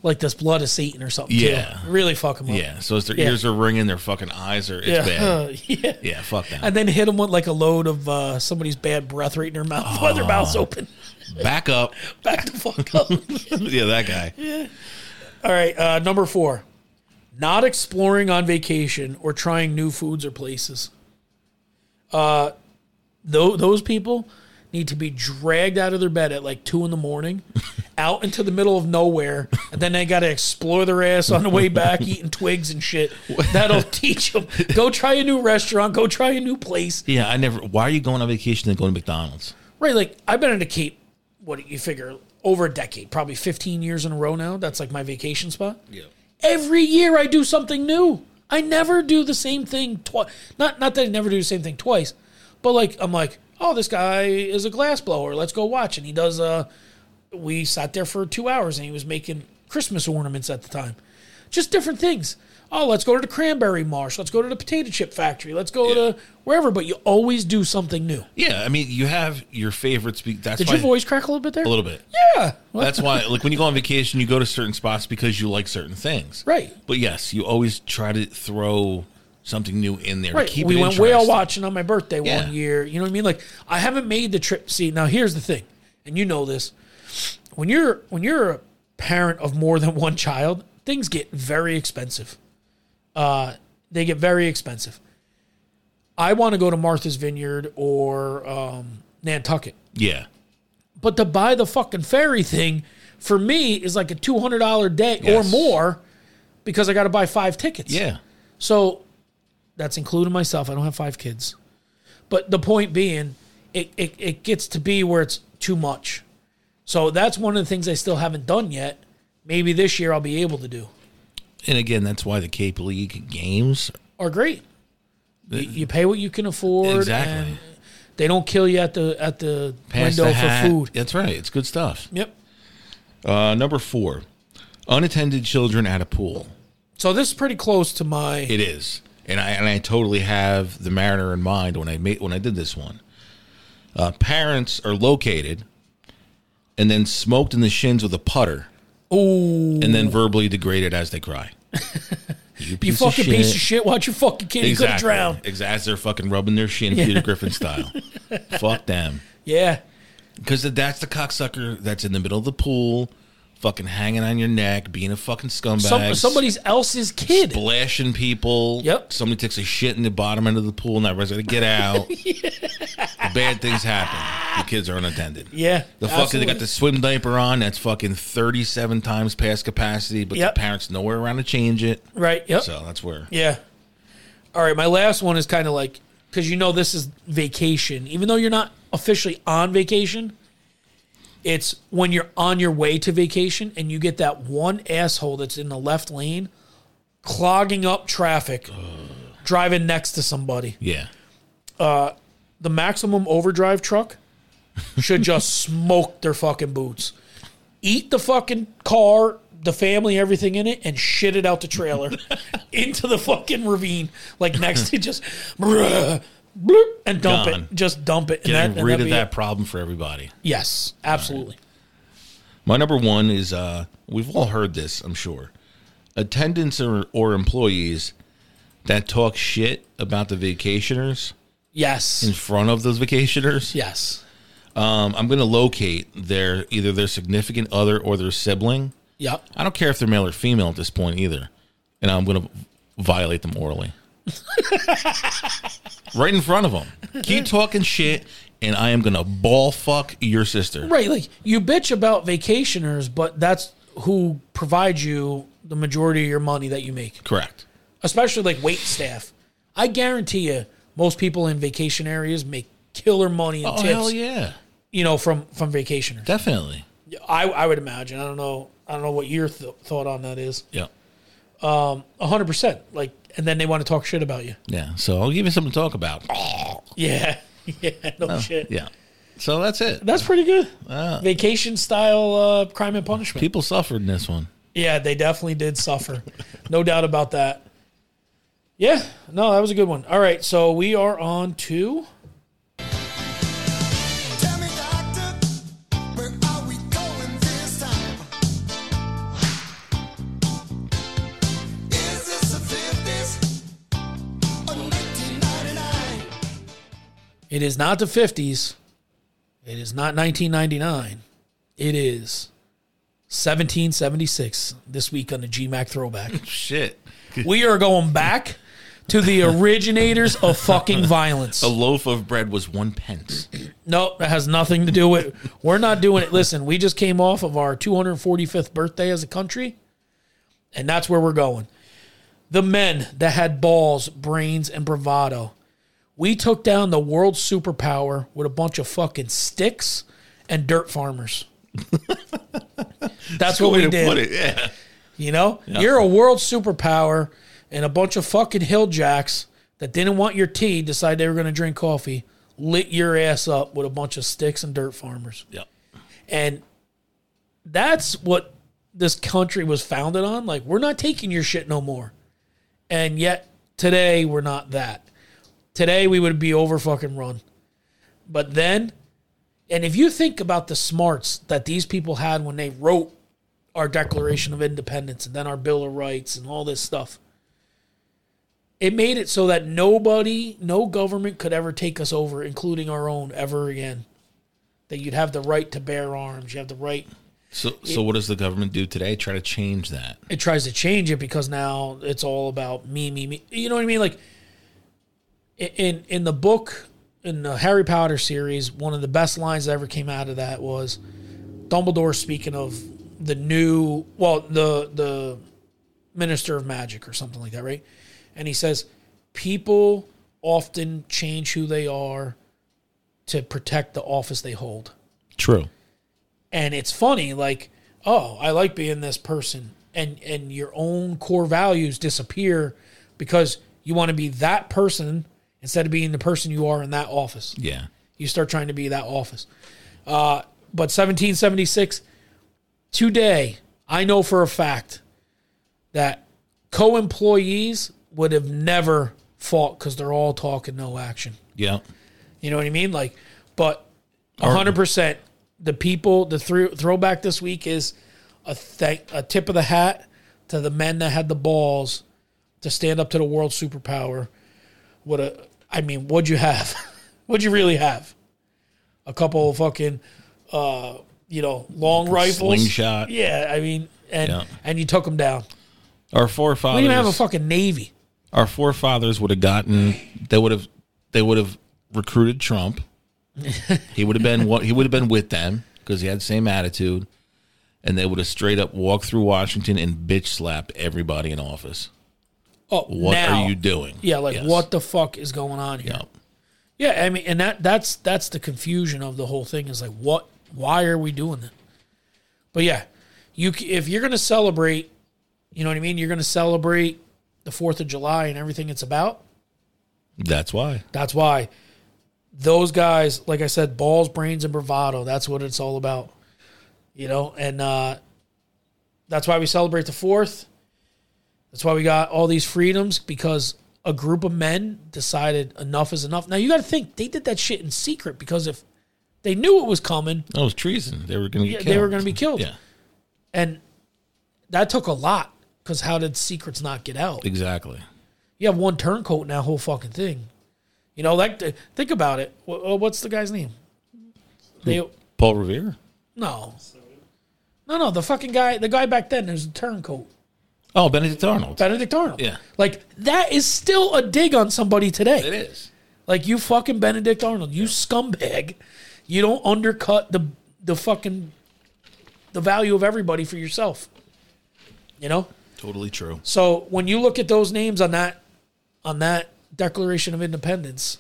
like this blood of Satan or something.
Yeah.
too. really fuck them up.
Yeah. So as their
Yeah.
ears are ringing, their fucking eyes are. It's
[laughs] yeah,
bad.
yeah.
Yeah. Fuck that.
And then hit them with like a load of uh, somebody's bad breath right in their mouth
[laughs]
while their mouth's
Oh.
open. [laughs]
Back up.
Back the fuck up.
yeah, that guy.
All right, uh, number four. Not exploring on vacation or trying new foods or places. Uh, tho- those people need to be dragged out of their bed at like two in the morning, out into the middle of nowhere, and then they got to explore their ass on the way back, [laughs] eating twigs and shit. That'll teach them. Go try a new restaurant. Go try a new place.
Yeah, I never. Why are you going on vacation and going to McDonald's?
Right, like I've been in a Cape. What do you figure? Over a decade, probably fifteen years in a row now. That's like my vacation spot. Yeah. Every year I do something new. I never do the same thing twice. Not not that I never do the same thing twice, but like I'm like, oh, this guy is a glass blower. Let's go watch. And he does. Uh, we sat there for two hours and he was making Christmas ornaments at the time, just different things. Oh, let's go to the cranberry marsh. Let's go to the potato chip factory. Let's go to wherever. But you always do something new.
Yeah, I mean, you have your favorite speak. That's
Did
why,
your voice crack a little bit there?
a little bit.
Yeah. Well,
That's why, like, when you go on vacation, you go to certain spots because you like certain things.
Right.
But yes, you always try to throw something new in there. to
right.
Keep
we
it
went
interesting.
whale watching on my birthday
Yeah.
one year. You know what I mean? Like I haven't made the trip. See, now here's the thing, and you know this. When you're when you're a parent of more than one child, things get very expensive. Uh, they get very expensive. I want to go to Martha's Vineyard or um, Nantucket.
Yeah.
But to buy the fucking ferry thing for me is like a two hundred dollar day or
Yes.
more because I got to buy five tickets.
Yeah.
So that's including myself. I don't have five kids. But the point being, it, it, it gets to be where it's too much. So that's one of the things I still haven't done yet. Maybe this year I'll be able to do.
And again, that's why the Cape League games.
Are great. You, you pay what you can afford.
Exactly.
And they don't kill you at the at the
Pass
window
the hat.
for food.
That's right. It's good stuff.
Yep.
Uh, number four, unattended children at a pool.
So this is pretty close to my
It is, and I and I totally have the Mariner in mind when I made when I did this one. Uh, parents are located, and then smoked in the shins with a putter,
oh
and then verbally degraded as
[laughs]
they cry. you
you
piece
fucking piece of shit. Watch your fucking kid. He could have
Exactly.
drowned.
Exactly. As they're fucking rubbing their shin, Peter
[laughs]
Griffin style. Fuck them.
Yeah.
Because that's the cocksucker that's in the middle of the pool, fucking hanging on your neck, being a fucking scumbag.
Some, somebody else's kid.
splashing people.
Yep.
Somebody takes a shit in the bottom end of the pool and everybody's going to
[laughs]
get out. Bad things happen. The kids are unattended.
Yeah.
The fucking, they
absolutely.
got the swim diaper on that's fucking 37 times past capacity, but
Yep.
the parents nowhere around to change it.
Right. Yep.
So that's where.
Yeah. All right. My last one is kind of like because you know this is vacation, even though you're not officially on vacation. It's when you're on your way to vacation and you get that one asshole that's in the left lane clogging up traffic, driving next to somebody.
Yeah.
The maximum overdrive truck should just
[laughs]
smoke their fucking boots. Eat the fucking car, the family, everything in it, and shit it out the
[laughs]
trailer into the fucking ravine. Like next to just [laughs] bruh, bloop, and dump
Gone.
it. Just dump it.
Getting
and that, and
rid
that'd
of
be
that
it.
problem for everybody.
Yes, absolutely.
My number one is uh, we've all heard this, I'm sure. Attendants or, or employees that talk shit about the vacationers
Yes.
in front of those vacationers.
Yes.
Um, I'm going to locate their either their significant other or their sibling.
Yep.
I don't care if they're male or female at this point either, and I'm going to violate them orally, [laughs] right in front of them. Keep talking shit, and I am going to ball fuck your sister.
Right, like you bitch about vacationers, but that's who provides you the majority of your money that you make,
Correct.
especially like wait staff. I guarantee you, most people in vacation areas make killer money and
Oh
tips,
hell yeah,
you know, from from vacationers.
definitely.
I, I would imagine. I don't know. I don't know what your th- thought on that is.
Yeah.
hundred percent. Like, and then they want to talk shit about you. [laughs]
Yeah. So I'll give you something to talk about.
Yeah, [laughs] yeah, no shit.
Yeah. So that's it.
That's pretty good. Vacation style uh, crime and punishment.
People suffered in this one.
Yeah, they definitely did suffer. no doubt about that. Yeah, no, that was a good one. All right, so we are on to
Tell me, doctor, where are we going this time? Is this the 50s or 1999?
It is not the 50s. It is not 1999. It is 1776 this week on the GMAC throwback.
Shit.
we are going back to the originators of fucking violence.
A loaf of bread was one [laughs] pence.
No, that has nothing to do with. We're not doing it. Listen, we just came off of our 245th birthday as a country, and that's where we're going. The men that had balls, brains, and bravado. We took down the world superpower with a bunch of fucking sticks and dirt
[laughs]
farmers. that's what
Way
we
to
did.
put it. Yeah.
You know, you're a world superpower, and a bunch of fucking hill jacks that didn't want your tea decide they were going to drink coffee, lit your ass up with a bunch of sticks and dirt farmers.
Yeah.
And that's what this country was founded on. Like, we're not taking your shit no more. And yet, today, we're not that. Today, we would be over fucking run. But then, and if you think about the smarts that these people had when they wrote our Declaration of Independence and then our Bill of Rights and all this stuff, it made it so that nobody, no government could ever take us over, including our own, ever again that you'd have the right to bear arms. You have the right.
So so what does the government do today? Try to change that.
It tries to change it because now it's all about me, me, me. You know what I mean? Like i- in in the book in the Harry Potter series, one of the best lines that ever came out of that was Dumbledore speaking of the new, well, the the Minister of Magic or something like that, right? And he says people often change who they are to protect the office they hold.
True.
and it's funny like oh i like being this person and and your own core values disappear because you want to be that person instead of being the person you are in that office
Yeah.
you start trying to be that office uh, but 1776 today i know for a fact that co-employees would have never fought because they're all talking no action
Yeah.
you know what I mean? Like, but hundred percent, the people, the thro- throwback this week is a thank, a tip of the hat to the men that had the balls to stand up to the world superpower. What a, I mean, what'd you have? [laughs] what'd you really have? A couple of fucking, uh, you know, long rifles,
Slingshot.
Yeah, I mean, and
Yeah.
and you took them down.
Our
We
forefathers
didn't have a fucking navy.
our forefathers would have gotten they would have they would have recruited Trump. he would have been what he would have been with them because he had the same attitude, and they would have straight up walked through Washington and bitch slapped everybody in office.
Oh,
What
now.
are you doing?
Yeah, like
Yes.
what the fuck is going on here?
Yeah.
Yeah, I mean, and that that's that's the confusion of the whole thing is like, what Why are we doing that? But yeah, you c- if you're going to celebrate, you know what I mean. You're going to celebrate the Fourth of July and everything it's about.
That's why.
That's why those guys, like I said, balls, brains, and bravado. That's what it's all about, you know. And uh, that's why we celebrate the Fourth. That's why we got all these freedoms because a group of men decided enough is enough. Now you got to think they did that shit in secret because if they knew it was coming,
That was treason. They were going to get
Yeah,
killed.
they were gonna be killed.
Yeah,
and that took a lot because how did secrets not get out?
exactly.
You have one turncoat in that whole fucking thing. You know, like th- think about it. Wh- uh, What's the guy's name? They
Paul Revere.
no, no, no. The fucking guy, the guy back then, there's a turncoat.
Oh, Benedict Arnold.
Benedict Arnold.
Yeah.
like that is still a dig on somebody
It
today.
is.
Like you fucking Benedict Arnold, you scumbag. You don't undercut the the fucking the value of everybody for yourself. You know.
Totally true.
So when you look at those names on that on that Declaration of Independence,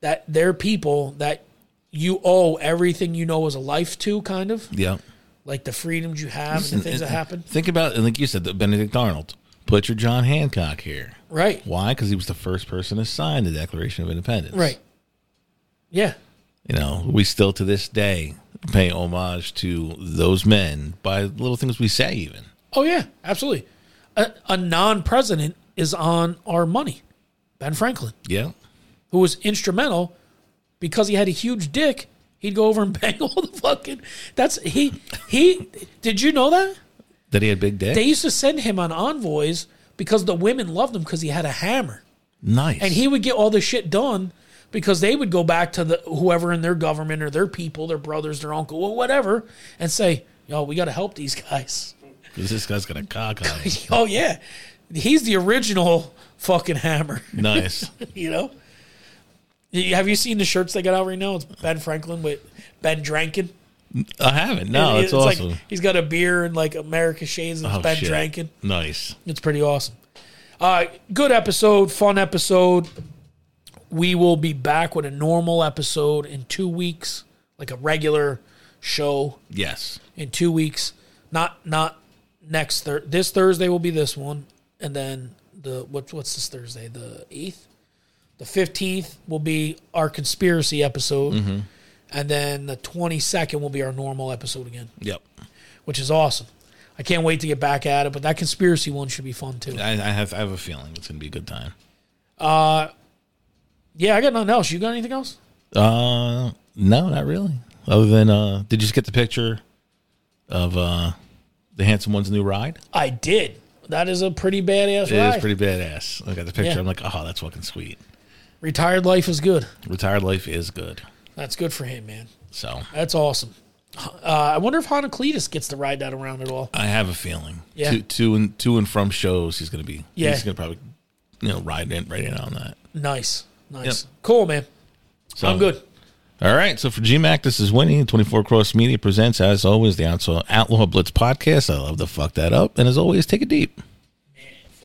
that they're people that you owe everything you know as a life to, kind of
Yeah.
like the freedoms you have and the things that happen.
Think about, and like you said, the Benedict Arnold. Put your John Hancock here.
Right.
Why? Because he was the first person to sign the Declaration of Independence.
Right. Yeah.
You know, we still to this day pay homage to those men by little things we say, even.
Oh yeah. Absolutely. A, a non-president is on our money. Ben Franklin,
Yeah.
who was instrumental because he had a huge dick, he'd go over and [laughs] bang all the fucking. That's he. He. did you know that?
That he had big dick.
They used to send him on envoys because the women loved him because he had a hammer,
nice.
and he would get all this shit done because they would go back to the whoever in their government or their people, their brothers, their uncle, or whatever, and say, "Yo, we got to help these guys." [laughs]
'Cause this guy's got a cock on him.
Oh yeah, he's the original fucking hammer. [laughs]
nice.
You know? Y- Have you seen the shirts they got out right now? It's Ben Franklin with Ben Drankin.
I haven't. No,
It-
it's, Oh, awesome.
like he's got a beer and like America shades and it's
Oh,
Ben
shit.
Drankin.
Nice.
It's pretty awesome. Uh, good episode, fun episode. We will be back with a normal episode in two weeks, like a regular show
Yes.
in two weeks. Not not next thir- this Thursday will be this one, and then the what what's this Thursday? The eighth, the fifteenth will be our conspiracy episode, and then the twenty second will be our normal episode again,
Yep.
which is awesome. I can't wait to get back at it, but that conspiracy one should be fun too.
I, I have. I have a feeling it's gonna be a good time.
Yeah, I got nothing else. You got anything else?
Uh, no, not really. Other than, uh, did you just get the picture of uh the handsome one's new ride?
I did. That is a pretty badass
It is
ride.
pretty badass. I got the picture.
Yeah.
I'm like, oh, that's fucking sweet.
Retired life is good.
Retired life is good.
That's good for him, man.
So
That's awesome. Uh, I wonder if Honocletus gets to ride that around at all.
I have a feeling.
Yeah.
To, to and to and from shows, he's gonna be.
Yeah.
He's gonna probably, you know, ride in right in on that.
Nice. Nice.
Yep.
Cool, man.
So
I'm good.
All right. So for GMAC, this is Winnie. 24 Cross Media presents, as always, the Outlaw, Outlaw Blitz podcast. I love to fuck that up. And as always, take it deep.